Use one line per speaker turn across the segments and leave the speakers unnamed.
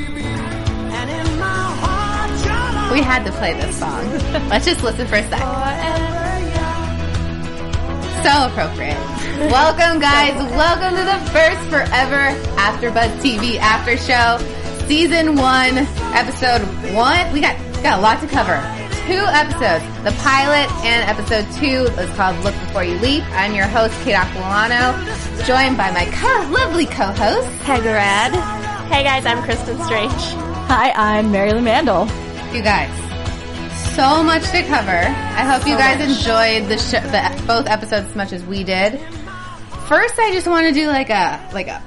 We had to play this song. Let's just listen for a sec. So appropriate. Welcome, guys. Welcome to the first forever AfterBuzz TV After Show, Season One, Episode One. We got got a lot to cover. Two episodes: the pilot and Episode Two. It's called "Look Before You Leap." I'm your host, Kate Aquilano, joined by my co- lovely co-host.
Pegarad. Hey guys, I'm Kristen Strange.
Hi, I'm Mary Lou Mandel.
You guys, so much to cover. I hope you guys enjoyed the, show, the both episodes as much as we did. First, I just want to do like a like a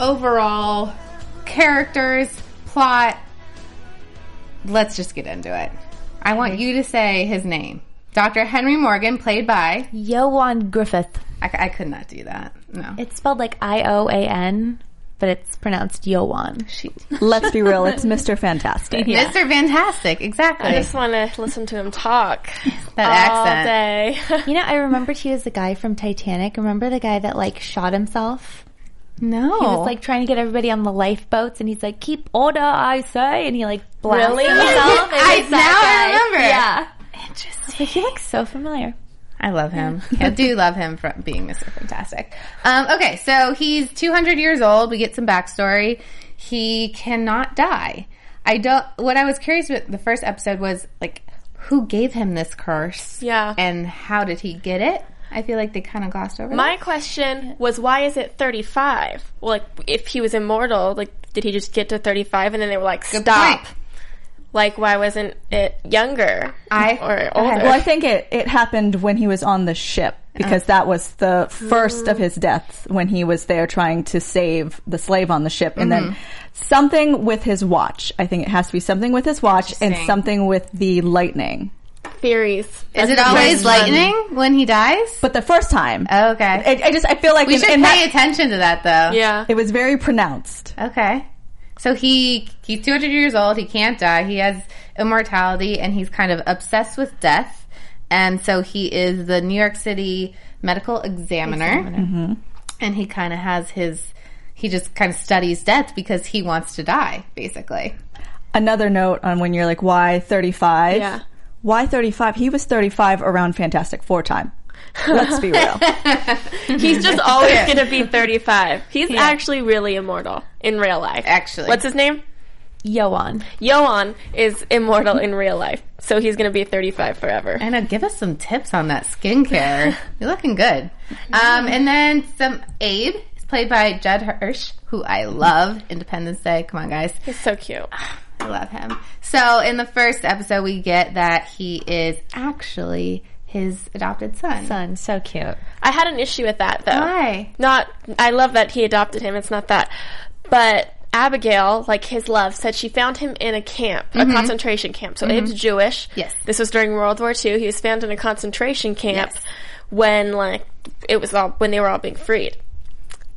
overall characters plot. Let's just get into it. I want you to say his name, Dr. Henry Morgan, played by.
Yoan Griffith.
I, I could not do that. No,
It's spelled like I O A N, but it's pronounced Yoan.
she,
Let's be real, it's Mr. Fantastic.
Mr. Fantastic, exactly.
I just want to listen to him talk
that
all
accent.
day.
You know, I remembered he was the guy from Titanic. Remember the guy that like shot himself?
No,
He was like trying to get everybody on the lifeboats, and he's like, "Keep order, I say," and he like blasted
Really?
himself. It
I-
was that
now I remember.
Yeah, interesting. But he looks so familiar.
I love him. I do love him for being Mr. Fantastic. Um, okay, so he's 200 years old. We get some backstory. He cannot die. I don't. What I was curious about the first episode was like, who gave him this curse?
Yeah.
and how did he get it? I feel like they kind of glossed over.
My question was, why is it 35? Well, like, if he was immortal, like, did he just get to 35 and then they were like,
that.
stop?
Point.
Like, why wasn't it younger?
I-
or
I
older?
had-
Well, I think it, it happened when he was on the ship because that was the first of his deaths when he was there trying to save the slave on the ship. And then
Mm-hmm.
something with his watch. I think it has to be something with his watch and
Interesting.
something with the lightning.
Theories.
Is it always
um,
lightning when he dies?
But the first time,
Okay,
I, I just, I feel like
Oh. we
in,
should
in
pay
that,
attention to that though.
Yeah.
it was very pronounced.
Okay. So he he's 200 years old. He can't die. He has immortality, and he's kind of obsessed with death. And so he is the New York City medical examiner, Mm-hmm. and he kind of has his he just kind of studies death because he wants to die, basically.
Another note on when you're like, why 35?
Yeah.
Why 35? He was 35 around Fantastic Four time. Let's be real.
He's just always going to be 35. He's actually really immortal in real life.
Actually.
What's his name?
Yoan.
Yoan is immortal in real life. So he's going to be 35 forever.
Anna, give us some tips on that skincare. You're looking good. Um, and then some aid is played by Judd Hirsch, who I love. Independence Day. Come on, guys.
He's so cute.
I love him. So in the first episode, we get that he is actually his adopted son.
Son, so cute.
I had an issue with that though.
Why?
Not I love that he adopted him, it's not that. But Abigail, like his love, said she found him in a camp, a concentration camp. So it's Jewish.
Yes.
This was during World War II. He was found in a concentration camp
Yes.
when like it was all when they were all being freed.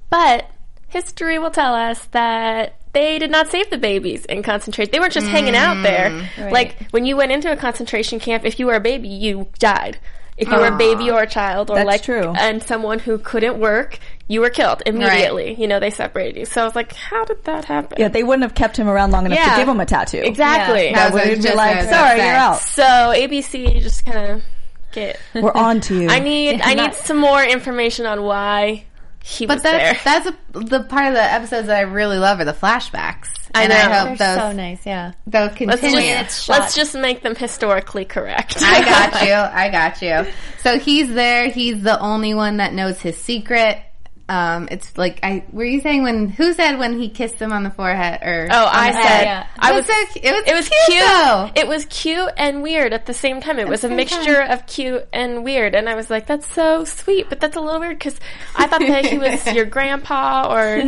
But history will tell us that they did not save the babies in concentration. They weren't just hanging out there. Like when you went into a concentration camp, if you were a baby, you died. If you were a baby or a child or
That's
like
true.
and someone who couldn't work, you were killed immediately. You know, they separated you. So I was like, how did that happen?
Yeah, they wouldn't have kept him around long enough
Yeah.
to give him a tattoo.
exactly.
Yeah.
That would
That's
be
what-
like,
that's what I was
sorry,
gonna
you're out.
So ABC just kind of get.
We're on to you.
I need I need some more information on why he
But
was there.
that's that's a, the part of the episodes that I really love are the flashbacks.
I
and
know.
I hope
They're
those
so nice. Yeah.
those
Let's
continue.
just, let's just make them historically correct.
I got you. I got you. So he's there. He's the only one that knows his secret. Um, it's like I were you saying when who said when he kissed them on the forehead or
Oh,
on
I
the
said
head?
yeah.
I
It
was.
was so- it was cute,
cute.
though.
It was cute and weird at the same time. It was a
same
mixture of cute and weird, and I was like, "That's so sweet," but that's a little weird because I thought that he was your grandpa or or
I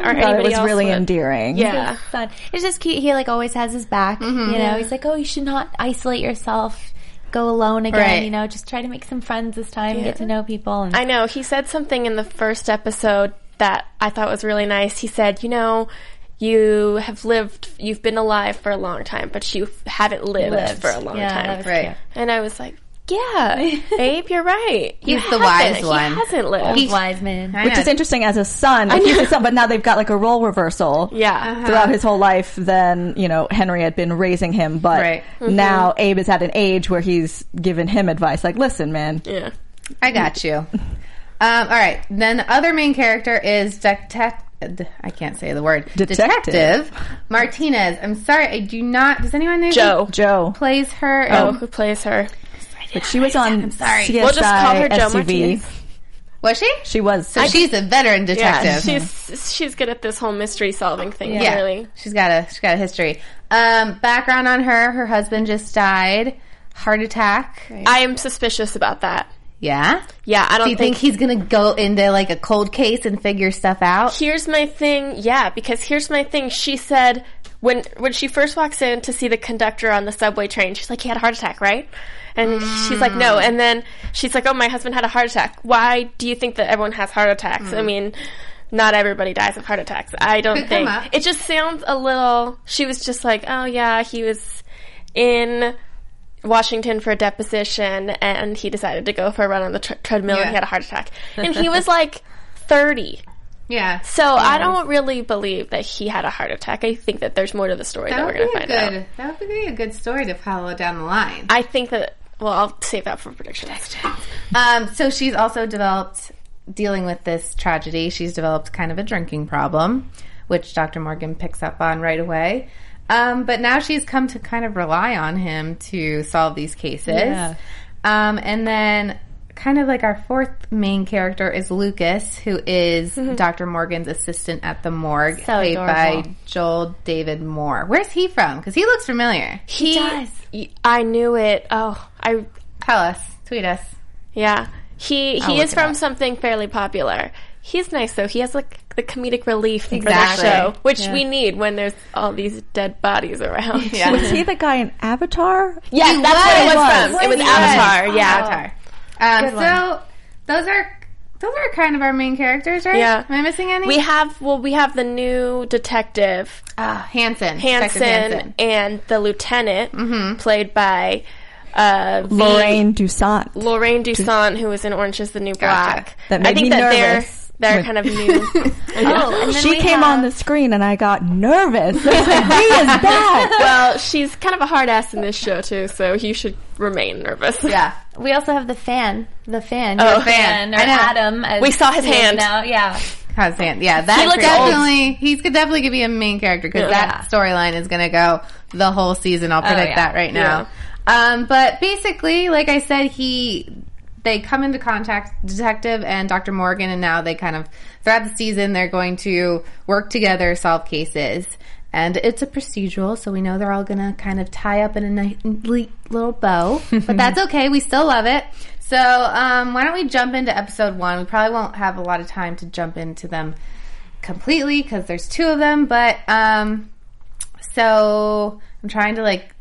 thought it
anybody
was
else.
really
would-
endearing.
Yeah, Mm-hmm.
fun. It's just cute. He like always has his back. You know, he's like, oh, you should not isolate yourself. Go alone again.
Right.
You know, just try to make some friends this time. Get to know people. And
I know. He said something in the first episode that I thought was really nice. He said, "You know." You have lived, you've been alive for a long time, but you haven't lived,
Lived.
for a long
Yeah,
time.
that was
Right.
cute.
And I was like, yeah, babe, you're right. You
He's the wise
haven't.
one.
He hasn't lived.
He's-
Wise man.
I
Which
know.
is interesting as a son, if he's a son, but now they've got like a role reversal.
yeah. uh-huh.
Throughout his whole life, then, you know, Henry had been raising him, but
Right.
Mm-hmm.
now Abe is at an age where he's given him advice. Like, listen, man,
Yeah.
I got you. Um, all right. Then other main character is detective. I can't say the word.
Detective.
Martinez. I'm sorry. I do not. Does anyone know who
Joe.
Joe.
plays her?
Oh, who plays her?
But she was on
sorry.
CSI
We'll just call her Joe
SCV.
Martinez.
was she?
She was.
So she's a veteran detective.
Yeah, she's she's good at this whole mystery solving thing.
Yeah.
Really,
She's got a she's got a history. Um, background on her: her husband just died, heart attack.
I am suspicious about that.
Yeah.
Yeah, I don't
Do you think,
think.
he's gonna go into like a cold case and figure stuff out?
here's my thing. Yeah, because here's my thing. She said when when she first walks in to see the conductor on the subway train, she's like, "He had a heart attack, right?" And she's like, "No."
Mm.
And then she's like, "Oh, my husband had a heart attack. Why do you think that everyone has heart attacks? I mean." Not everybody dies of heart attacks. I don't
Mm. Could come
think
up.
it just sounds a little. She was just like, "Oh yeah, he was in Washington for a deposition and he decided to go for a run on the tre- treadmill and
Yeah.
he had a heart attack. And he was like 30.
Yeah.
So I don't really believe that he had a heart attack. I think that there's more to the story that,
That
we're
would be
going to
a
find
good.
out.
That would be a good story to follow down the line.
I think that, well, I'll save that for predictions.
Um, so she's also developed dealing with this tragedy. She's developed kind of a drinking problem, which Dr. Morgan picks up on right away. Um, but now she's come to kind of rely on him to solve these cases.
Yeah.
Um, and then kind of like our fourth main character is Lucas, who is Dr. Morgan's assistant at the morgue,
Mm-hmm. So
played
adorable.
by Joel David Moore. Where's he from? Because he looks familiar.
He, does. I knew it. Oh, I,
Tell us, tweet us.
yeah. He,
I'll
he
look
is
it
from
up.
something fairly popular. He's nice though. He has like the comedic relief for
Exactly.
the show, which we need when there's all these dead bodies around. Yeah.
was he the guy in Avatar?
Yeah,
He
that's what it was,
was.
from. It was Avatar. Yeah,
Avatar. Oh. Um, so those are those are kind of our main characters, right?
Yeah.
Am I missing any?
We have well, we have the new detective
uh, Hanson.
Hanson,
Detective Hanson.
and the lieutenant, played by uh, the-
Mm-hmm. Lorraine Dusant.
Lorraine Dusant, who was in Orange Is the New Black.
That
I
made
think
me
that
nervous.
they're they're
Wait.
kind of new.
Oh, and then
she
we
came
have-
on the screen and I got nervous. I was like, he is back.
well, she's kind of a hard ass in this show too, so you should remain nervous.
Yeah.
We also have the fan. The fan.
Oh,
The
fan.
Or
I know.
Adam. As
We saw his
he is
hand.
Now. Yeah.
Hanson. Yeah. That
He looked
definitely he's could definitely could be a main character because that storyline is going to go the whole season. I'll predict
yeah.
that right now. Um, but basically, like I said, he they come into contact detective and Dr. Morgan, and now they kind of throughout the season they're going to work together, solve cases. And it's a procedural, so we know they're all gonna kind of tie up in a nice neat little bow, but that's okay. We still love it. So um, why don't we jump into episode one? We probably won't have a lot of time to jump into them completely because there's two of them, but um, so I'm trying to like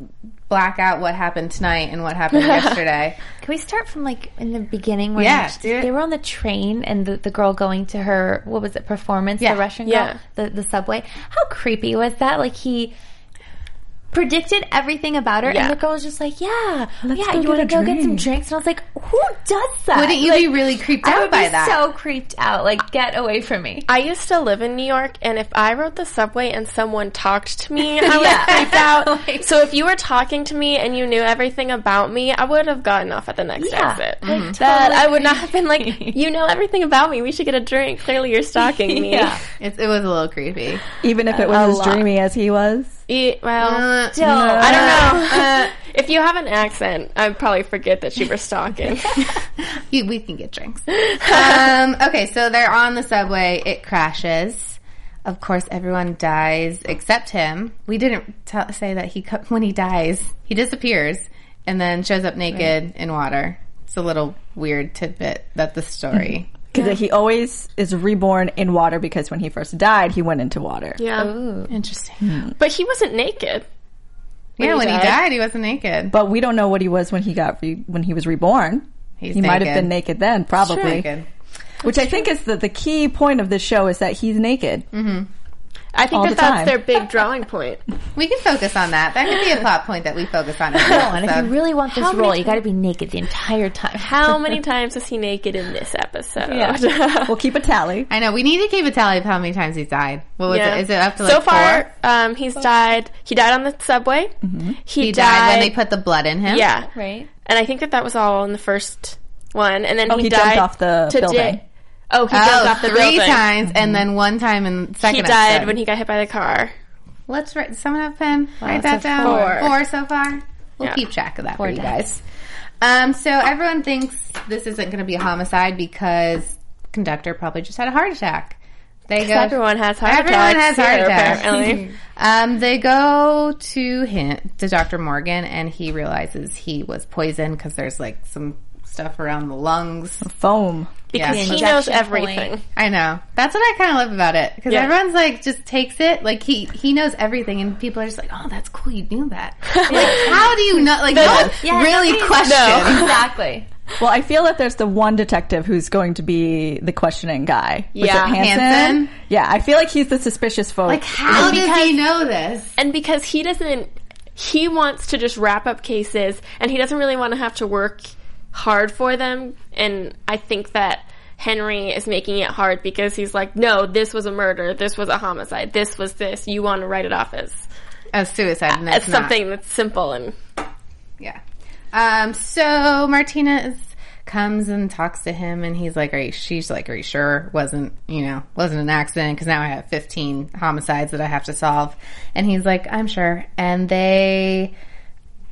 black out what happened tonight and what happened yesterday.
Can we start from like in the beginning? Where
Yeah,
she-
do it.
they were on the train and the, the girl going to her what was it performance?
Yeah,
the Russian girl,
yeah.
the the subway. How creepy was that? Like he predicted everything about her,
Yeah.
and the girl was just like, "Yeah, yeah,
go
you want to go
get a
get some
drink."
drinks?" And I was like, "Who does that?
Wouldn't you
Like,
be really creeped
I
out
would
by
be
that?
So creeped out. Like, get away from me.
I used to live in New York, and if I rode the subway and someone talked to me, I was
Yeah.
freaked out.
Like-
so if you were talking to me and you knew everything about me, I would have gotten off at the next
Yeah.
exit.
Like,
That
totally.
I would not have been like, you know everything about me. We should get a drink. Clearly, you're stalking me.
Yeah.
It's, it was a little creepy.
Even if it
A
was as
lot.
dreamy as he was.
E- well,
Uh,
Still,
I don't know.
uh,
if If you have an accent, I probably forget that you were stalking.
You- we can get drinks. um, okay, so they're on the subway. It crashes. Of course, everyone dies except him. We didn't tell, say that he co- when he dies, he disappears and then shows up naked in water. It's a little weird tidbit that the story.
Because he always is reborn in water because when he first died, he went into water.
yeah.
Interesting.
But he wasn't naked.
yeah,
he
when he
died.
died, he wasn't naked.
But we don't know what he was when he got re- when he was reborn.
He's
he might have
naked.
been naked then, probably.
Naked.
Which I think is the, the key point of this show is that he's naked.
I think
All
that
the
that's
time.
their big drawing point.
We can focus on that. That could be a plot point that we focus on. every
And if
episode.
you really want this role, you got to be naked the entire time.
How many times is he naked in this episode?
We'll keep a tally.
I know we need to keep a tally of how many times he's died. What was
Yeah.
it? Is it up to like
so
four?
far? Um, he's died. He died on the subway. He,
He died,
died
when they put the blood in him.
Yeah,
Right.
And I think that that was all in the first one, and then
Oh,
he,
he
died
jumped off the building.
Oh, he jumped
Oh,
off the
three
building.
times, and then one time in the second.
He died
episode.
when he got hit by the car.
Let's write. Someone have a pen. write
that's
that
a
down.
four.
so far. We'll
Yeah.
keep track of that for you
deaths.
guys. Um, so everyone thinks this isn't going to be a homicide because conductor probably just had a heart attack. They go.
Everyone has heart
Everyone
attacks.
has heart
here,
attacks.
Apparently,
Um, they go to him to Dr. Morgan, and he realizes he was poisoned because there's like some stuff around the lungs.
Foam.
because
Yeah.
he knows
Injection
everything.
point.
I know. That's what I kind of love about it because
Yeah.
everyone's like just takes it. Like he he knows everything, and people are just like, "Oh, that's cool. You knew that." like, how do you not? Like, no one really question.
Exactly.
Well, I feel that there's the one detective who's going to be the questioning guy. Was
Yeah.
it Hansen?
Hansen?
Yeah, I feel like he's the suspicious folk.
Like, how does he know this?
and because he doesn't he wants to just wrap up cases and he doesn't really want to have to work hard for them and i think that henry is making it hard because he's like no this was a murder this was a homicide this was this you want to write it off as,
A suicide. And
as
it's not.
something that's simple and
Yeah. Um, so Martinez comes and talks to him, and he's like, "Are you?" She's like, "Are you sure wasn't you know wasn't an accident? Because now I have fifteen homicides that I have to solve." And he's like, "I'm sure." And they,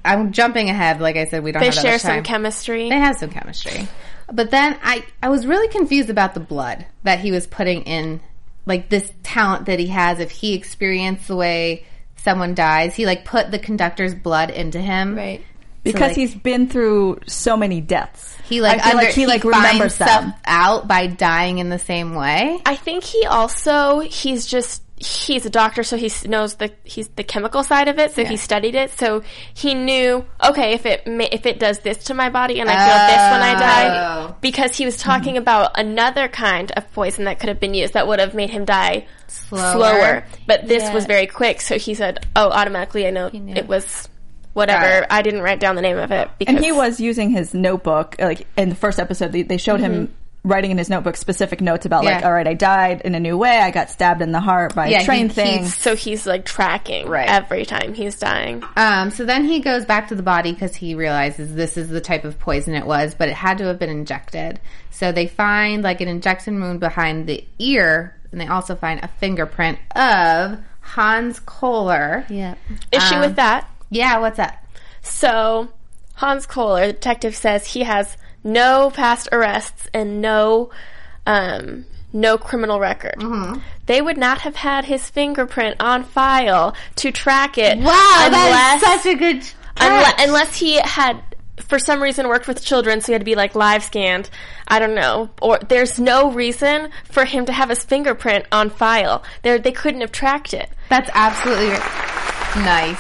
I'm jumping ahead. Like I said, we don't.
they
have that
share
much
some
time. Eh,
chemistry
They have some chemistry, but then I I was really confused about the blood that he was putting in, like this talent that he has. If he experienced the way someone dies, he like put the conductor's blood into him,
Right.
because
like-
he's been through so many deaths.
He like
I feel
under,
like he like
finds
remembers
stuff
them.
out by dying in the same way.
I think he also he's just he's a doctor, so he s- knows the he's the chemical side of it. So he studied it, so he knew okay if it ma- if it does this to my body and I feel this when I
Oh.
die because he was talking about another kind of poison that could have been used that would have made him die
Slower.
slower, but this was
Yeah.
very quick. So he said, "Oh, automatically I know
knew.
it was." Whatever, I didn't write down the name of it because
And he was using his notebook. Like in the first episode, they, they showed him writing in his notebook specific notes about like,
Mm-hmm. Yeah.
all right, I died in a new way. I got stabbed in the heart by
Yeah,
a train
he-
thing.
he's-
so he's like tracking
Right.
every time he's dying.
Um, so then he goes back to the body because he realizes this is the type of poison it was, but it had to have been injected. So they find like an injection wound behind the ear, and they also find a fingerprint of Hans Kohler.
Yeah.
Issue with that
Yeah, what's up?
So Hans Kohler, the detective, says he has no past arrests and no um, no criminal record.
Mm-hmm.
They would not have had his fingerprint on file to track it.
Wow, that is such a good.
unle-
catch.
unless he had for some reason worked with children, so he had to be like live scanned. I don't know. Or there's no reason for him to have his fingerprint on file. There, they couldn't have tracked it.
That's absolutely nice.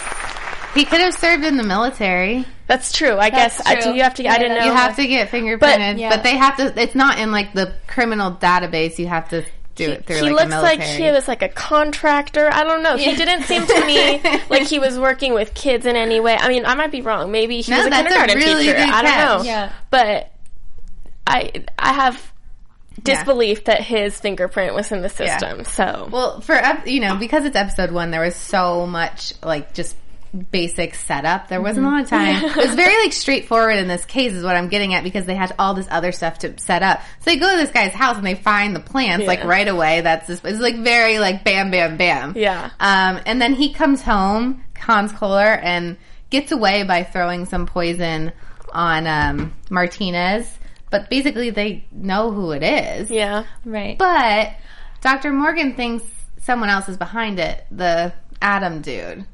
He could have served in the military.
That's true. I guess I,
true.
do you have to. I
Yeah,
didn't know.
You have to get fingerprinted, but,
yeah.
they have to. It's not in like the criminal database. You have to do it through.
he
like, a
looks like
military.
he was like a contractor. I don't know. He didn't seem to me like he was working with kids in any way. I mean, I might be wrong. Maybe he
No,
was a
that's a
kindergarten
really
teacher.
good
I don't
catch.
know.
Yeah.
But I I have disbelief that his fingerprint was in the system. So
Well, for ep- you know, because it's episode one, there was so much like just basic setup. There wasn't a lot of
Mm-hmm.
time. it was very like straightforward in this case, is what I'm getting at, because they had all this other stuff to set up. So they go to this guy's house and they find the plants like right away. That's this. It's like very like bam, bam, bam.
Yeah.
Um, and then he comes home, Hans Kohler, and gets away by throwing some poison on um, Martinez, but basically they know who it is.
Yeah.
Right.
But Dr. Morgan thinks someone else is behind it, the Adam dude.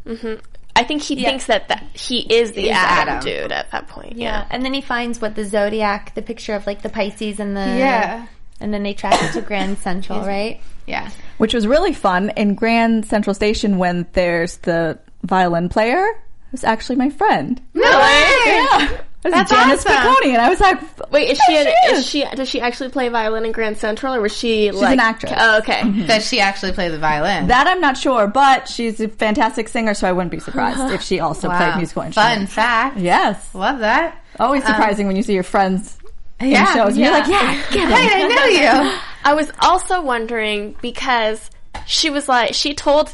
I think he thinks that, that he is the
Is
Adam,
Adam.
dude at that point.
yeah.
Yeah.
And then he finds what the zodiac, the picture of like the Pisces and the
Yeah.
and then they track it to Grand Central, right?
Yeah.
which was really fun in Grand Central Station when there's the violin player who's actually my friend.
No way!
Yeah. It was
That's
Janice
awesome.
Piccone, and I was like,
Wait, is
"Yeah,
she, an, is.
is."
she does she actually play violin in Grand Central or was she like
an actress.
Oh, okay.
Does she actually play the violin?
That I'm not sure, but she's a fantastic singer, so I wouldn't be surprised if she also played musical
Fun
instruments.
fact.
Yes.
Love that.
Always surprising when you see your friends in
Um, Yeah,
shows. And
yeah.
You're like, yeah, get it.
Hey, I know you.
I was also wondering because she was like, she told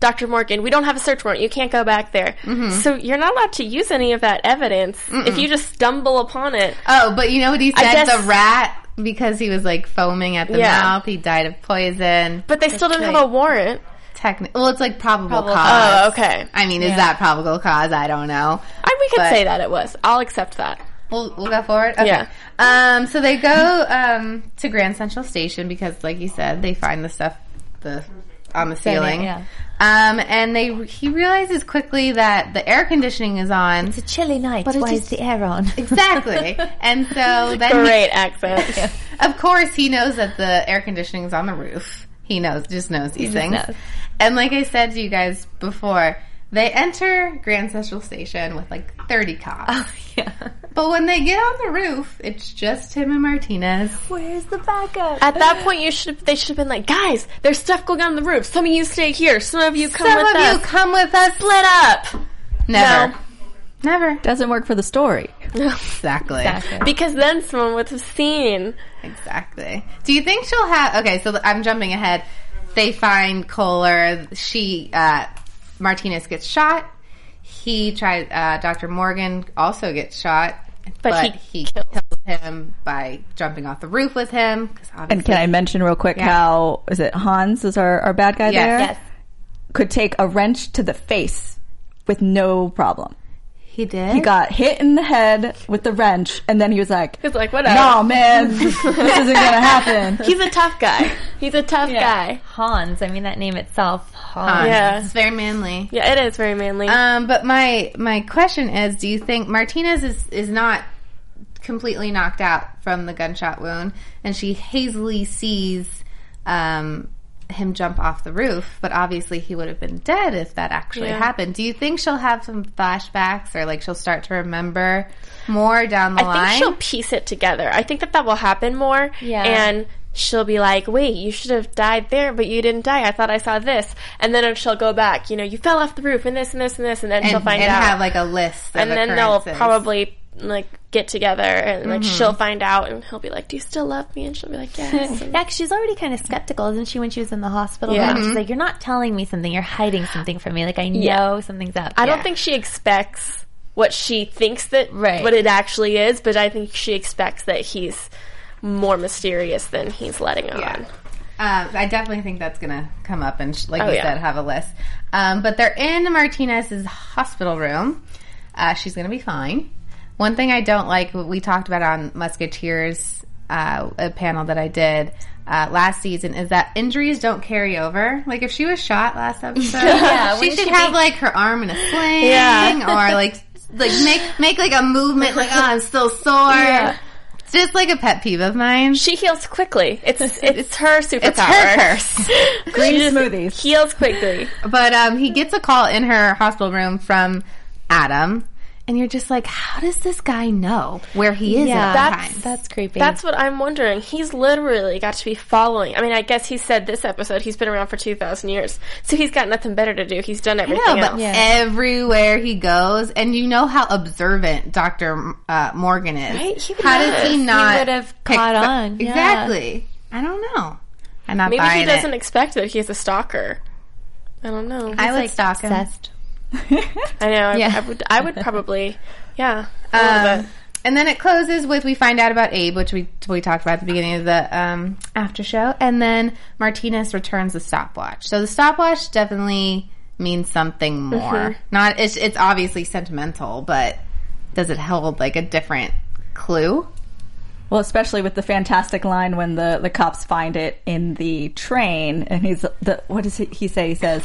Dr. Morgan, we don't have a search warrant. You can't go back there. So you're not allowed to use any of that evidence if you just stumble upon it.
Oh, but you know what he said?
guess-
the rat, because he was like foaming at the
Yeah.
mouth, he died of poison.
But they still didn't
right.
have a warrant.
Technically, well, it's like probable, cause.
Oh, okay.
I mean, is that probable cause? I don't know.
I, we could
But-
say that it was. I'll accept that.
We'll, we'll go forward. Okay.
Yeah.
Um, so they go um, to Grand Central Station because, like you said, they find the stuff the on the ceiling.
yeah.
Um, and they he realizes quickly that the air conditioning is on.
It's a chilly night.
it
Why
just-
is the air on?
Exactly. and so then he-
Great accent.
of course, he knows that the air conditioning's on the roof. He knows, just knows these things.
knows.
And like I said to you guys before, they enter Grand Central Station with like 30 cops.
yeah.
But when they get on the roof, it's just him and Martinez.
Where's the backup?
At that point, you should they should have been like, guys, there's stuff going on in the roof. Some of you stay here. Some of you come
Some
with
of
us.
you come with us.
Split up
Never.
No.
Never.
Doesn't work for the story.
Exactly.
Exactly.
because then someone would have seen.
Exactly. Do you think she'll have? Okay, so I'm jumping ahead. They find Kohler. She uh, Martinez gets shot. He tries. Uh, Dr. Morgan also gets shot, but, he, kills. him by jumping off the roof with him. 'cause obviously,
And can I mention real quick
Yeah.
how is it Hans is our, our bad guy
Yes.
there?
Yes.
Could take a wrench to the face with no problem.
he did.
He got hit in the head with the wrench, and then he was like,
He's like, whatever.
No, man, this isn't gonna happen.
He's a tough guy. He's a tough guy.
Hans. I mean that name itself. Hans.
Yeah.
It's very manly.
Yeah, it is very manly.
Um, but my my question is, do you think Martinez is is not completely knocked out from the gunshot wound, and she hazily sees um, him jump off the roof? But obviously, he would have been dead if that actually
Yeah.
happened. Do you think she'll have some flashbacks, or like she'll start to remember more down the
I think
line?
she'll piece it together. I think that that will happen more.
Yeah.
And she'll be like, wait, you should have died there, but you didn't die. I thought I saw this. And then she'll go back, you know, you fell off the roof and this and this and this. And then she'll
and,
find
and
out.
have like a list, of
and then they'll
occurrences. Mm-hmm.
probably like get together and like she'll find out and he'll be like, do you still love me? And she'll be like, yes.
Yeah, 'cause she's already kind of skeptical, isn't she? When she was in the hospital,
Yeah.
room? she's like, "You're not telling me something. You're hiding something from me. Like I know something's up."
I don't think she expects what she thinks that
Right.
what it actually is, but I think she expects that he's more mysterious than he's letting on.
Yeah. Um, I definitely think that's going to come up and, sh- like
Oh,
you
yeah.
said, have a list. Um, but they're in Martinez's hospital room. Uh, she's going to be fine. One thing I don't like, we talked about on Musketeers, uh, a panel that I did uh, last season, is that injuries don't carry over. Like, if she was shot last episode, she should have, like, her arm in a sling or, like, like make make like a movement like oh I'm still sore. It's just like a pet peeve of mine.
She heals quickly. It's it's, her superpower.
It's her curse.
Green
just
smoothies.
Heals quickly.
But um, he gets a call in her hospital room from Adam, and you're just like, how does this guy know where he is?
Yeah,
at all
that's
times?
that's creepy.
That's what I'm wondering. He's literally got to be following. I mean, I guess he said this episode he's been around for 2,000 years. So he's got nothing better to do. He's done everything
no, but
else.
Yeah.
everywhere he goes, and you know how observant Doctor uh, Morgan is.
Right? He would
How
notice.
does he
He
not
would have
pick
caught
the-
on, yeah.
Exactly. I don't know. I'm not
Maybe
buying
he doesn't
It.
expect that he's a stalker. I don't know. I,
I would
like,
stalk him.
obsessed.
know. I,
Yeah.
I would, I would probably, yeah. a little
Um,
bit.
and then it closes with we find out about Abe, which we we talked about at the beginning of the um, after show, and then Martinez returns the stopwatch. So the stopwatch definitely means something
Mm-hmm.
more. Not it's, it's obviously sentimental, but does it hold like a different clue?
Well, especially with the fantastic line when the, the cops find it in the train, and he's the what does he, he say? He says,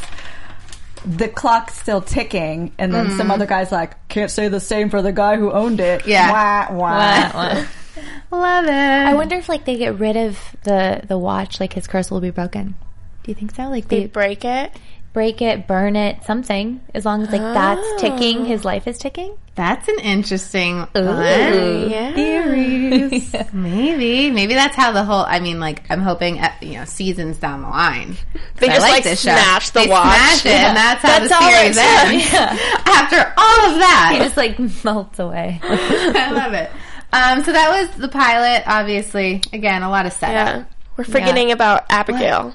"The clock's still ticking," and then some other guy's like, "Can't say the same for the guy who owned it."
Yeah.
Wah, wah.
Love it.
I wonder if like they get rid of the the watch, like his curse will be broken. Do you think so? Like they
Break it.
break it, burn it, something. As long as like that's ticking, his life is ticking.
That's an interesting one.
Yeah.
Theories. Maybe. Maybe that's how the whole. I mean, like, I'm hoping, uh, you know, seasons down the line. 'Cause
They
I
just,
like
like,
this
smash
show.
the
they
watch.
Smash it, and that's how
That's
the
all
series
it
ends. After all of that,
It just like melts away.
I love it. Um, so that was the pilot. Obviously, again, a lot of setup.
Yeah. We're forgetting about Abigail,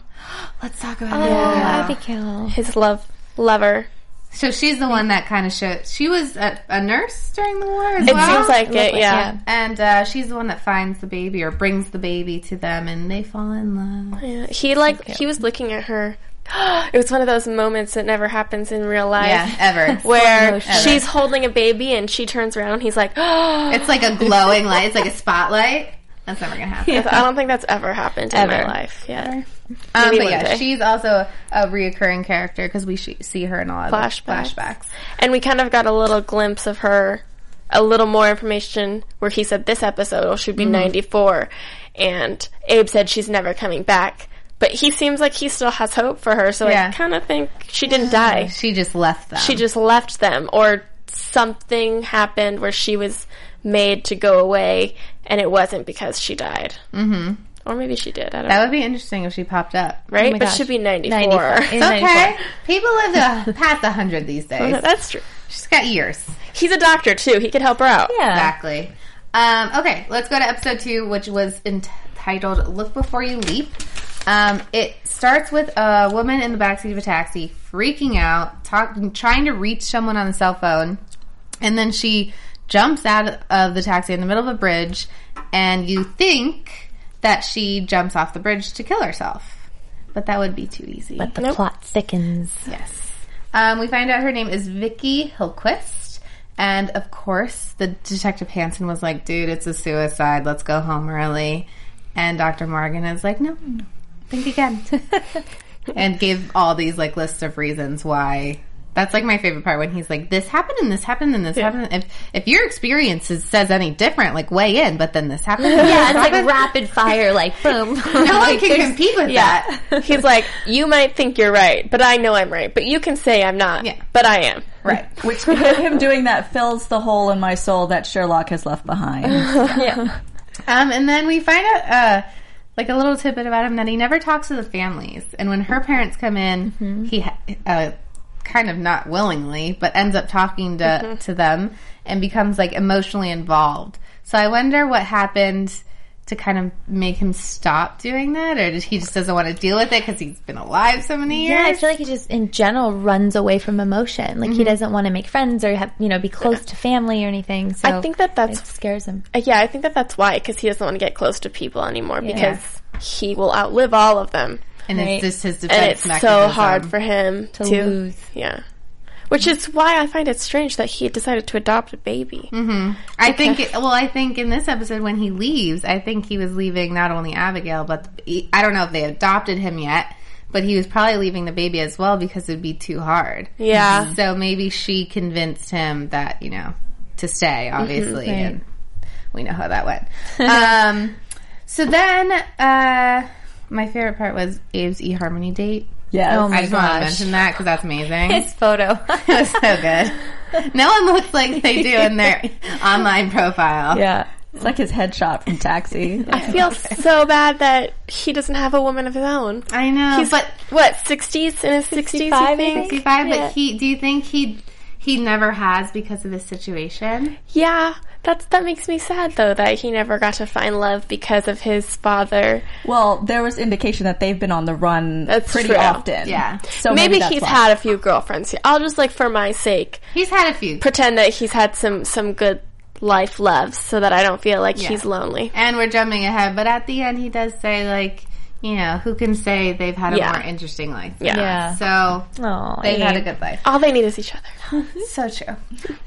Let's talk about
Uh,
Abigail.
Abigail.
his love lover.
So she's the one that kind of showed. She was a, a nurse during the war. As
It
well?
seems like it.
looked like,
yeah.
yeah.
and uh, she's the one that finds the baby or brings the baby to them, and they fall in love.
Yeah, he like he was looking at her. It was one of those moments that never happens in real life.
Yeah, ever.
Where
motion.
she's holding a baby and she turns around and he's like, I
It's like a glowing light. It's like a spotlight. That's never gonna happen.
don't think that's ever happened in
Ever.
my life. Yeah.
Um,
Maybe
but
one
yeah,
day.
she's also a reoccurring character because we sh- see her in a lot of the
Flashbacks.
flashbacks.
And we kind of got a little glimpse of her, a little more information where he said this episode should be
Mm-hmm.
94. And Abe said she's never coming back. But he seems like he still has hope for her. So
Yeah.
I kind of think she didn't die.
She just left them.
she just left them or something happened where she was made to go away and it wasn't because she died mm-hmm. or maybe she did i
that
don't know
would oh be interesting if she popped up.
right but
gosh.
she'd be 94,
94.
It's okay. People live to past a hundred these days.
that's true
She's got years.
he's a doctor too he could help her out
Yeah.
Exactly. Um, okay, let's go to episode two, which was entitled "Look Before You Leap." Um, it starts with a woman in the backseat of a taxi freaking out, talking, trying to reach someone on the cell phone, and then she jumps out of the taxi in the middle of a bridge, and you think that she jumps off the bridge to kill herself, but that would be too easy.
The plot thickens.
Yes. Um, we find out her name is Vicky Hillquist. And of course, the detective Hansen was like, dude, it's a suicide. Let's go home early. And Dr. Morgan is like, no, no. think again. and give all these like lists of reasons why. That's like my favorite part when he's like, this happened and this happened and this happened. If, if your experience is, says any different, like weigh in, but then this happened. and this
Yeah, it's like
happened.
rapid fire, like boom.
No one
Like,
can
there's-
compete with that.
he's like you might think you're right but i know i'm right but you can say i'm not
Yeah.
but i am
Right.
Which him doing that fills the hole in my soul that Sherlock has left behind.
Um, and then we find out, uh, like a little tidbit about him that he never talks to the families. And when her parents come in,
Mm-hmm.
he ha- uh, kind of not willingly, but ends up talking to
Mm-hmm.
to them and becomes like emotionally involved. So I wonder what happened to kind of make him stop doing that, or did he just doesn't want to deal with it because he's been alive so many
Yeah, I
years?
feel like he just in general runs away from emotion. Like he
Mm-hmm.
doesn't want to make friends or have you know be close to family or anything. So
I think that that's
it scares him.
Uh, Yeah, I think that that's why, because he doesn't want to get close to people anymore because he will outlive all of them.
and it's just his defense
And it's
mechanism.
so hard for him to,
lose.
Yeah. Which is why I find it strange that he decided to adopt a baby.
I think. It, well, I think in this episode when he leaves, I think he was leaving not only Abigail, but he- I don't know if they adopted him yet, but he was probably leaving the baby as well because it'd be too hard. Mm-hmm.
Yeah.
So maybe she convinced him that you know to stay, obviously, and we know how that went. um, so then, uh, my favorite part was Abe's eHarmony date.
Yes.
I just want to
gosh.
mention that because that's amazing.
His photo.
It was so good. No one looks like they do in their online profile.
yeah. It's like his headshot from Taxi.
I feel so bad that he doesn't have a woman of his own.
I know,
He's
but
what, sixties in his sixties,
65,
I
I
think?
65. But he, do you think he he never has because of his situation?
Yeah. That's that makes me sad though that he never got to find love because of his father.
Well, there was indication that they've been on the run
That's
pretty
true.
often.
Yeah.
So maybe,
Maybe,
that's
he's
why.
had a few girlfriends. I'll just like for my sake
He's had a few,
pretend that he's had some some good life loves so that I don't feel like he's lonely.
and we're jumping ahead. But at the end, he does say like. you know, who can say they've had a
Yeah.
more interesting life?
Yeah.
Yeah.
So
Oh,
they've had a good life.
All they need is each other.
So true.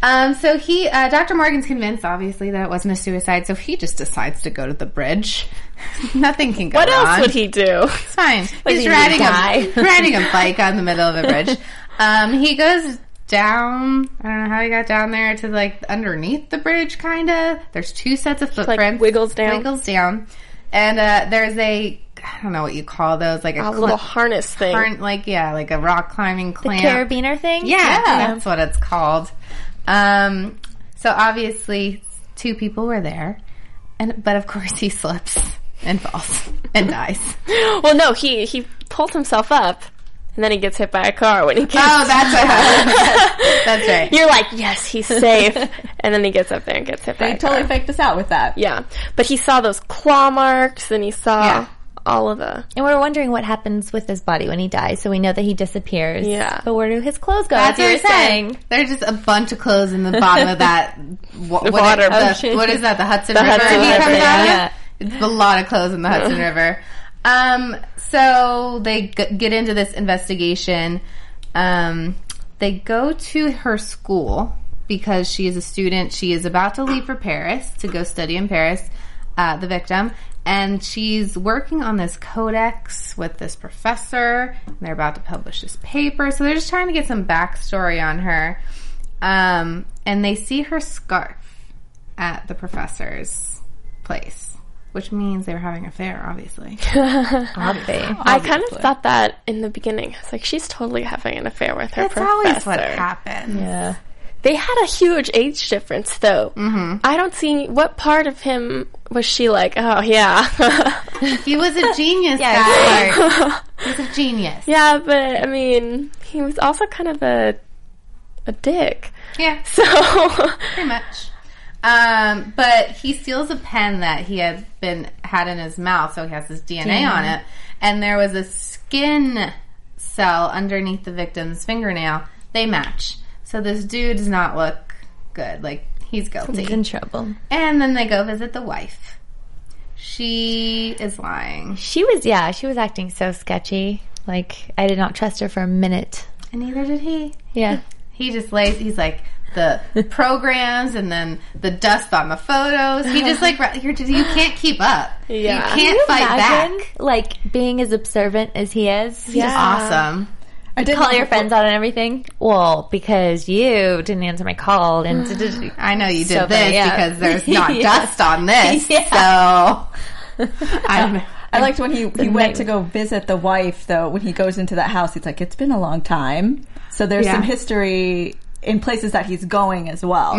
Um, so he, uh, Dr. Morgan's convinced, obviously, that it wasn't a suicide, so he just decides to go to the bridge. Nothing can go
What
wrong.
else would he do?
It's fine. He's
he
riding
die?
a riding a bike on the middle of a bridge. Um, he goes down. I don't know how he got down there to like underneath the bridge, kind of. There's two sets of footprints.
wiggles down.
Wiggles down, and uh, there's a I don't know what you call those, like a,
A
cl-
little harness thing.
current- like yeah, like a rock climbing clamp.
Carabiner thing?
Yeah, that's what it's called. Um, so obviously, two people were there, and but of course he slips and falls and dies.
Well, no, he he pulled himself up, and then he gets hit by a car when he gets.
Oh, that's what happened. that's right.
You're like, yes, he's safe, and then he gets up there and gets hit by.
They
a
totally
car.
faked us out with that.
Yeah, but he saw those claw marks, and he saw
Yeah.
all of the.
And we're wondering what happens with his body when he dies. So we know that he disappears.
Yeah.
But where do his clothes go?
That's
as
what I'm
you were
saying. There's just a bunch of clothes in the bottom of that wa- what,
Water.
the- what is that? The Hudson River.
Hudson
he
River,
comes out of?
yeah.
It's a lot of clothes in the Hudson River. Um, so they g- get into this investigation. Um, they go to her school because she is a student. She is about to leave for Paris to go study in Paris. Uh, the victim. And she's working on this codex with this professor. And they're about to publish this paper. So they're just trying to get some backstory on her. Um, and they see her scarf at the professor's place, which means they were having an affair, obviously.
Obvi.
I kind of thought that in the beginning. I was like, she's totally having an affair with her
That's
professor.
always what happens.
Yeah.
They had a huge age difference, though. Mm-hmm. I don't see what part of him was she like. Oh yeah,
He was a genius, guy. He's a genius.
yeah, but I mean, he was also kind of a a dick.
Yeah,
So
pretty much. Um, but he steals a pen that he had been had in his mouth, so he has his DNA on it. And there was a skin cell underneath the victim's fingernail. They match. So this dude does not look good. Like he's guilty.
He's in trouble.
And then they go visit the wife. She is lying.
She was, yeah, she was acting so sketchy. Like, I did not trust her for a minute.
And neither did he.
Yeah.
He just lays, he's like, the programs and then the dust on the photos. He just like, ra- you're just, you can't keep up.
Yeah.
You can't fight back.
like, being as observant as he is.
yeah,
Awesome.
I didn't
Call your friends out and everything. Well, because you didn't answer my call, and
I know you did
So
this
funny, yeah.
because there's not
Yeah.
dust on this.
Yeah.
So I don't know.
I liked when he, he
night-
went to go visit the wife though. When he goes into that house, he's like, "It's been a long time." So there's
Yeah.
some history in places that he's going as well.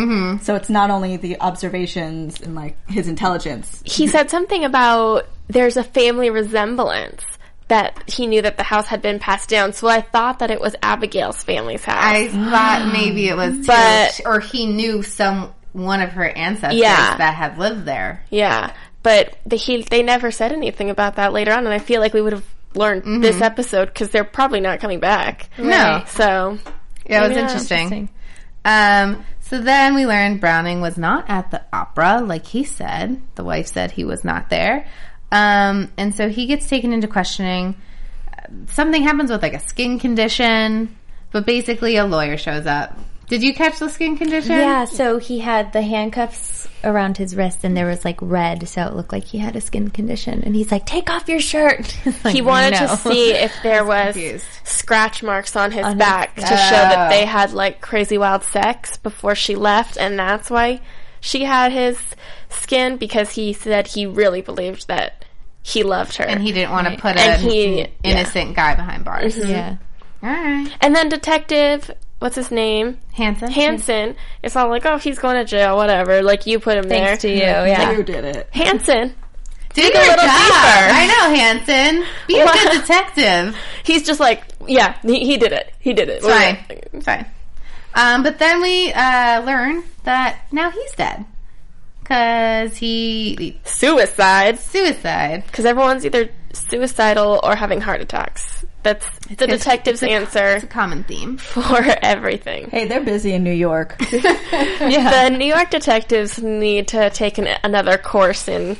So it's not only the observations and like his intelligence.
he said something about there's a family resemblance that he knew that the house had been passed down. So I thought that it was Abigail's family's house.
I thought maybe it was, too,
But-
or he knew some, one of her ancestors
Yeah.
that had lived there.
yeah, but the, he they never said anything about that later on, and I feel like we would have learned this episode because they're probably not coming back.
Mm-hmm. No.
So
Yeah, it was
Yeah.
interesting. Um, so then we learned Browning was not at the opera, like he said. The wife said he was not there. Um, and so he gets taken into questioning. Uh, Something happens with like a skin condition, but basically a lawyer shows up. Did you catch the skin condition?
Yeah, so he had the handcuffs around his wrist and there was like red, so it looked like he had a skin condition. And he's like, take off your shirt. Like,
he wanted
no.
to see if there was
confused.
scratch marks on his back to show that they had like crazy wild sex before she left, and that's why she had his skin because he said he really believed that he loved her.
And he didn't want to put an
And he- Mm-hmm.
innocent guy behind bars.
Yeah.
All right.
And then Detective, what's his name?
Hanson.
Hanson. It's all like, oh, he's going to jail, whatever. Like you put him
Thanks to
there.
you, yeah.
You did it.
Hanson.
Dig your
a little
job.
deeper.
I know, Hanson. Be a good detective.
He's just like, yeah, he, he did it. He did it.
Oh,
fine. It's fine. Um, but then we uh, learn that now he's dead because he
Suicide.
suicide.
Because everyone's either suicidal or having heart attacks. That's the detective's
It's a
answer
common theme.
for everything.
Hey, they're busy in New York.
The New York detectives need to take an, another course in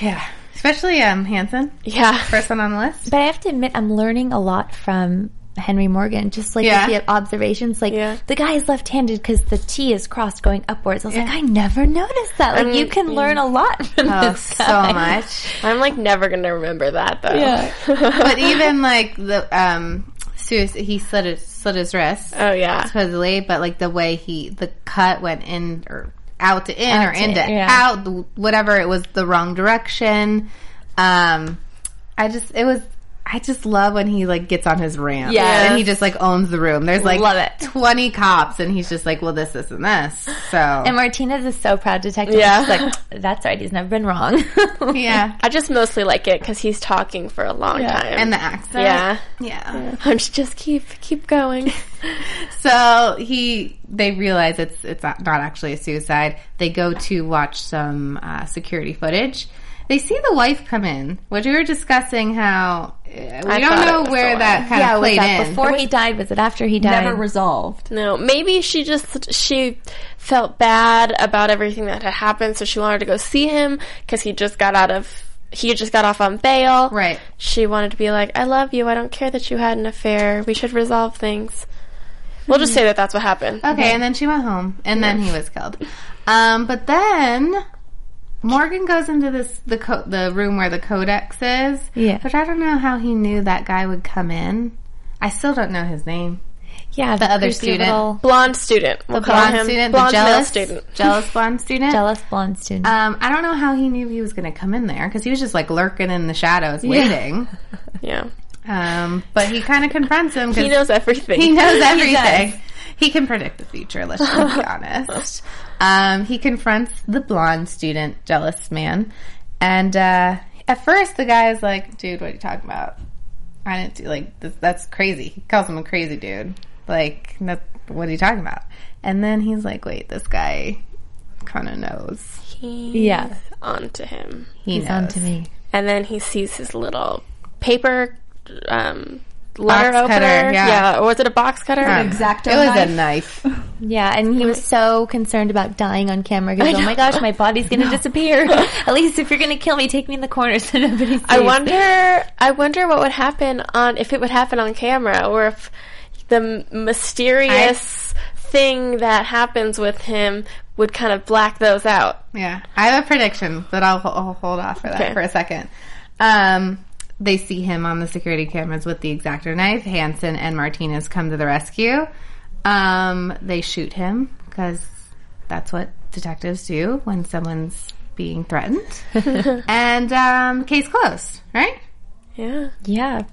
Yeah, Especially um, Hanson,
Yeah.
first one on the list.
But I have to admit, I'm learning a lot from Henry Morgan, just like
Yeah.
with the observations. Like
Yeah.
the guy is left-handed because the T is crossed going upwards. I was like, I never noticed that. Like
I'm-
you can learn a lot from
Oh,
this
so
guy.
much.
I'm like never gonna remember that though.
Yeah.
But even like the um, Seuss, he slit his, slit his wrist
Oh yeah.
supposedly, but like the way he the cut went in or out to in or
Out to
in to
in, yeah.
out, whatever it was, the wrong direction. Um, I just it was. I just love when he like gets on his rant,
Yes.
and he just like owns the room. There's like
Love it.
twenty cops, and he's just like, "Well, this, this, and this." So
And Martinez is so proud detective.
Yeah.
She's like, that's right. He's never been wrong.
yeah,
I just mostly like it because he's talking for a long time.
and the accent,
yeah.
yeah.
I'm just, just keep keep going.
So he, they realize it's it's not not actually a suicide. They go to watch some uh, security footage. They see the wife come in, which we were discussing how uh, we don't
thought it
know
was
where
the
that kind
yeah.
of
Was
played
that
in.
before he died? Was it after he died?
Never resolved.
No, maybe she just she felt bad about everything that had happened, so she wanted to go see him because he just got out of he had just got off on bail.
Right.
She wanted to be like, "I love you. I don't care that you had an affair. We should resolve things." We'll
Hmm.
just say that that's what happened.
Okay, and then she went home, and then he was killed. Um, but then Morgan goes into this the co- the room where the codex is.
Yeah.
which I don't know how he knew that guy would come in. I still don't know his name.
Yeah.
The other
creepy
student.
little
Blonde student. We'll
The
call
blonde
him
student,
blonde
the
male
jealous
student.
jealous blonde student,
jealous blonde student.
Um, I don't know how he knew he was going to come in there because he was just like lurking in the shadows, waiting.
Yeah.
Um, but he kind of confronts him because
He
he,
knows everything.
knows everything. he can predict the future. Let's just be honest. Um, he confronts the blonde student, jealous man, and uh, at first the guy is like, "Dude, what are you talking about? I didn't do like th- that's crazy." He calls him a crazy dude. Like, no, what are you talking about? And then he's like, "Wait, this guy kind of knows.
yeah.
Onto him.
He
He's
knows."
on to me.
and then he sees his little paper um, letter
Box
opener.
cutter, yeah.
or was it a box cutter?
Exacto
It was
knife.
a knife.
Yeah, and he was so concerned about dying on camera. He goes, "Oh my gosh, my body's going to disappear. At least if you're going to kill me, take me in the corner so nobody sees."
I wonder. I wonder what would happen on if it would happen on camera, or if the m- mysterious thing that happens with him would kind of black those out.
Yeah, I have a prediction, but I'll, I'll hold off for that
Okay.
for a second. Um, they see him on the security cameras with the exacto knife. Hanson and Martinez come to the rescue. Um, they shoot him because that's what detectives do when someone's being threatened. and um, case closed, right?
Yeah,
Yeah,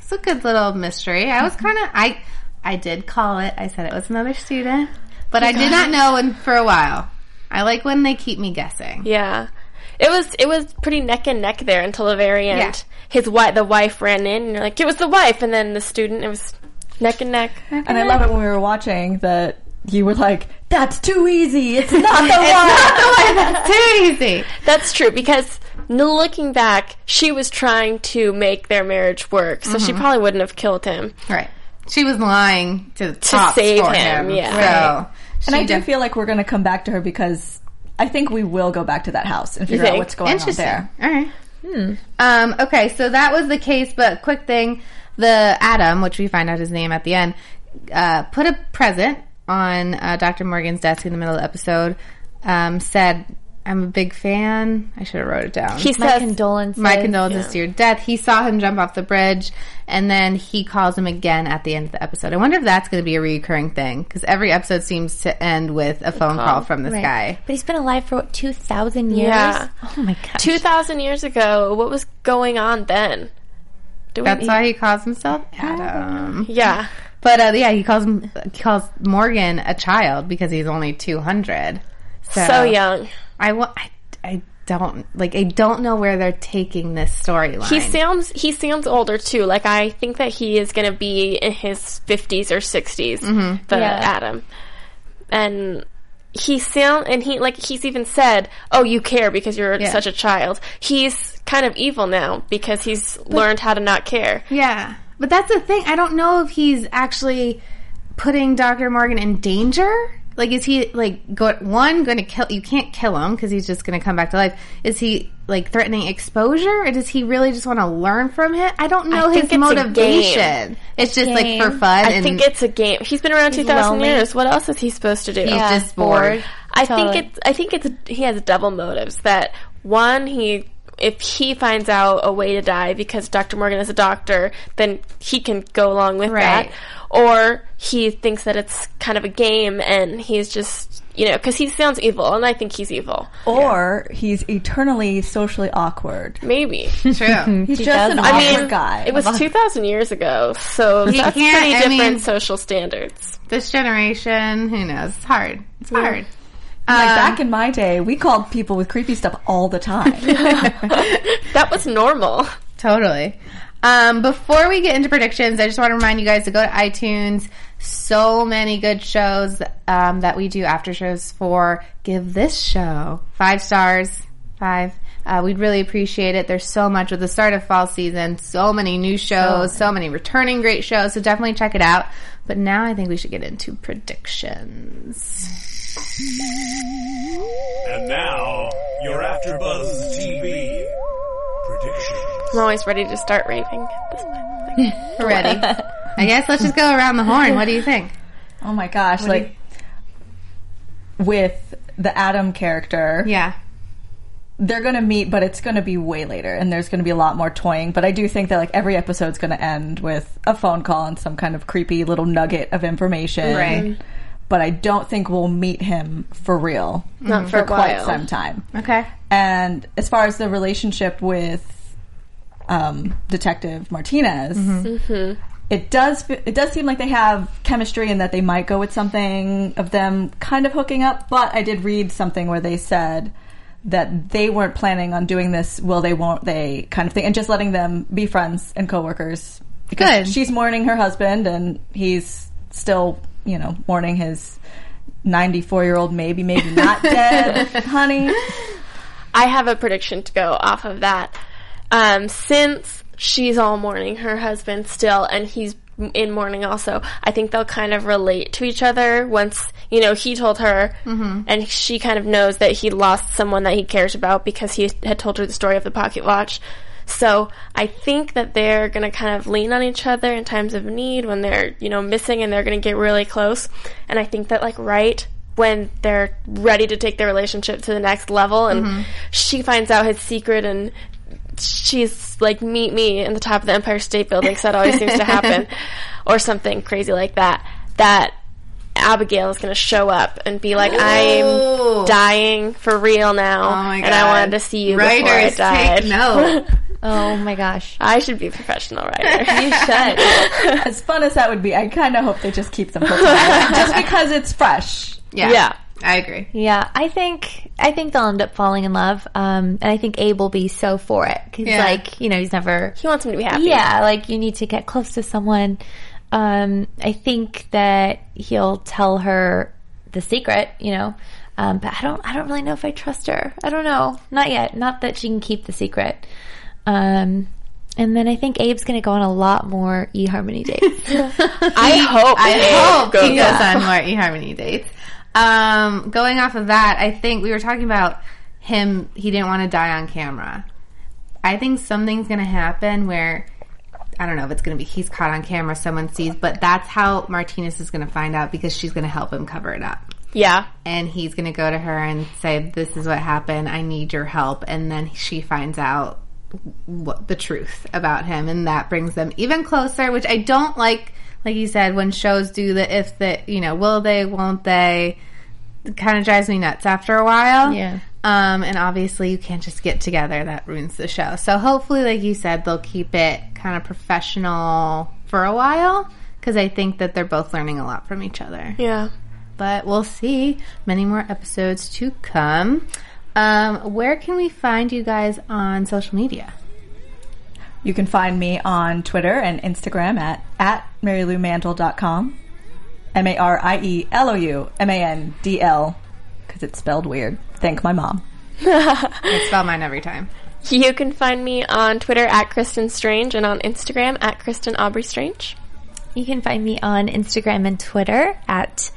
It's a good little mystery. I was kind of i I did call it. I said it was another student, but I did not know and for a while. I like when they keep me guessing.
yeah. It was it was pretty neck and neck there until the very end.
Yeah.
His wife, the wife ran in, and you're like, it was the wife, and then the student. It was neck and neck.
And I love it when we were watching that you were like, "That's too easy. It's not the one."
That's too easy.
That's true because n- looking back, she was trying to make their marriage work, so she probably wouldn't have killed him.
Right. She was lying to the cops
save
for
him,
him.
yeah.
So
and
she
I do
def-
feel like we're going to come back to her because I think we will go back to that house and figure out
think?
what's going on
interesting.
there.
All right. Um, okay, so that was the case, but quick thing: the Adam, which we find out his name at the end, uh, put a present on uh, Dr. Morgan's desk in the middle of the episode. Um, said, "I'm a big fan." I should have wrote it down.
He
my
says,
condolences.
My condolences to your death. He saw him jump off the bridge, and then he calls him again at the end of the episode. I wonder if that's going to be a recurring thing because every episode seems to end with a phone call from this
Right.
guy.
But he's been alive for what two thousand years.
Yeah.
Oh my gosh.
two thousand years ago, what was going on then? Do we-
That's why he calls himself Adam.
Yeah,
But uh, yeah, he calls him, he calls Morgan a child because he's only two hundred. So,
so young.
I wa- I I don't like. I don't know where they're taking this storyline.
He sounds he sounds older too. Like I think that he is going to be in his fifties or 60s
Mm-hmm.
The
Yeah.
Adam, and he sound and he like he's even said, "Oh, you care because you're
Yeah.
such a child." He's kind of evil now because he's learned how to not care.
Yeah. But that's the thing. I don't know if he's actually putting Dr. Morgan in danger Like, is he like go, one going to kill? You can't kill him because he's just going to come back to life. Is he like threatening exposure, or does he really just want to learn from it? I don't know
I
his
think it's a
motivation.
game.
It's just like for
game.
fun.
I
and
think it's a game. He's been around two thousand
lonely.
years. What else is he supposed to do?
he's
Yeah.
just bored.
I
Totally.
think it's. I think it's. He has double motives. That one, he if he finds out a way to die because Dr. Morgan is a doctor, then he can go along with
Right.
that. Or he thinks that it's kind of a game, and he's just you know because he sounds evil, and I think he's evil.
Or he's eternally socially awkward.
Maybe
True.
He's just an
2000.
awkward
I
I mean,
guy.
it was two thousand years ago, so
He
that's
can't-
pretty
I
different
mean-
social standards.
this generation, who knows? It's hard. It's hard.
like
Um,
back in my day, we called people with creepy stuff all the time.
That was normal.
Totally. Um, before we get into predictions, I just want to remind you guys to go to iTunes. So many good shows um, that we do after shows for. Give this show five stars. Five. Uh, we'd really appreciate it. There's so much with the start of fall season, so many new shows, so many returning great shows. So definitely check it out. But now I think we should get into predictions.
And now, your AfterBuzz TV prediction.
I'm always ready to start raving.
We're ready. I guess let's just go around the horn. What do you think?
oh my gosh, like with the Adam character.
Yeah.
They're gonna meet, but it's gonna be way later and there's gonna be a lot more toying. But I do think that like every episode's gonna end with a phone call and some kind of creepy little nugget of information.
Right.
But I don't think we'll meet him for real.
Not for a
quite
while.
some time.
Okay.
And as far as the relationship with um, Detective Martinez, it does fe- it does seem like they have chemistry and that they might go with something of them kind of hooking up. But I did read something where they said that they weren't planning on doing this. Will they? Won't they? Kind of thing, and just letting them be friends and coworkers. Because
Good.
She's mourning her husband, and he's still, you know, mourning his. 94 year old, maybe, maybe not dead, honey.
I have a prediction to go off of that. Um, since she's all mourning her husband still, and he's in mourning also, I think they'll kind of relate to each other once, you know, he told her, and she kind of knows that he lost someone that he cares about because he had told her the story of the pocket watch. So I think that they're going to kind of lean on each other in times of need when they're, you know, missing and they're going to get really close. And I think that, like, right when they're ready to take their relationship to the next level and
Mm-hmm.
she finds out his secret and she's like meet me in the top of the empire state building 'cause that always seems to happen or something crazy like that that abigail is going to show up and be like
Ooh.
i'm dying for real now
Oh my
and i
God.
wanted to see you before i
Writers
died
take note.
Oh my gosh.
i should be a professional writer
You should.
As fun as that would be, I kind of hope they just keep them for time. just because it's fresh.
Yeah.
Yeah.
I agree.
Yeah, I think I think they'll end up falling in love, um, and I think Abe will be so for it. He's
Yeah.
like, you know, he's never.
he wants him to be happy
Yeah, like you need to get close to someone. Um, I think that he'll tell her the secret, you know. Um, but I don't. I don't really know if I trust her. I don't know. Not yet. Not that she can keep the secret. Um, and then I think Abe's going to go on a lot more eHarmony dates.
i hope
I
Abe
hope he goes
goes-
Oh, on more eHarmony dates. Um, going off of that, I think we were talking about him. He didn't want to die on camera. I think something's going to happen where I don't know if it's going to be he's caught on camera, someone sees, but that's how Martinez is going to find out because she's going to help him cover it up.
yeah
And he's going to go to her and say, "This is what happened. I need your help." And then she finds out what, the truth about him, and that brings them even closer. Which I don't like, like you said, when shows do the if that you know will they, won't they, kind of drives me nuts after a while.
Yeah.
Um, and obviously you can't just get together; that ruins the show. So hopefully, like you said, they'll keep it kind of professional for a while because I think that they're both learning a lot from each other
yeah
but we'll see many more episodes to come. Um, where can we find you guys on social media?
You can find me on Twitter and Instagram at, at maryloumantle.com. M A R I E L O U M A N D L. Because it's spelled weird. Thank my mom.
I spell mine every time.
You can find me on Twitter at Kristen Strange and on Instagram at Kristen Aubrey Strange.
you can find me on Instagram and Twitter at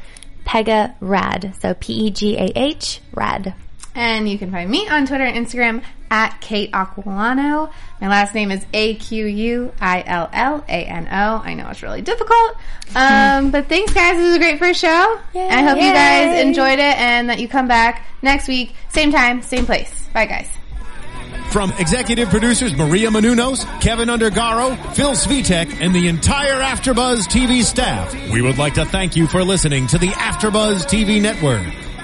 Pega Rad. So P E G A H Rad.
And you can find me on Twitter and Instagram at Kate Aquilano. My last name is A Q U I L L A N O. I know it's really difficult. Um, but thanks, guys. This was a great first show. I hope you guys enjoyed it and that you come back next week. Same time, same place. Bye, guys.
From executive producers Maria Manunos, Kevin Undergaro, Phil Svitek, and the entire Afterbuzz TV staff, we would like to thank you for listening to the Afterbuzz TV network.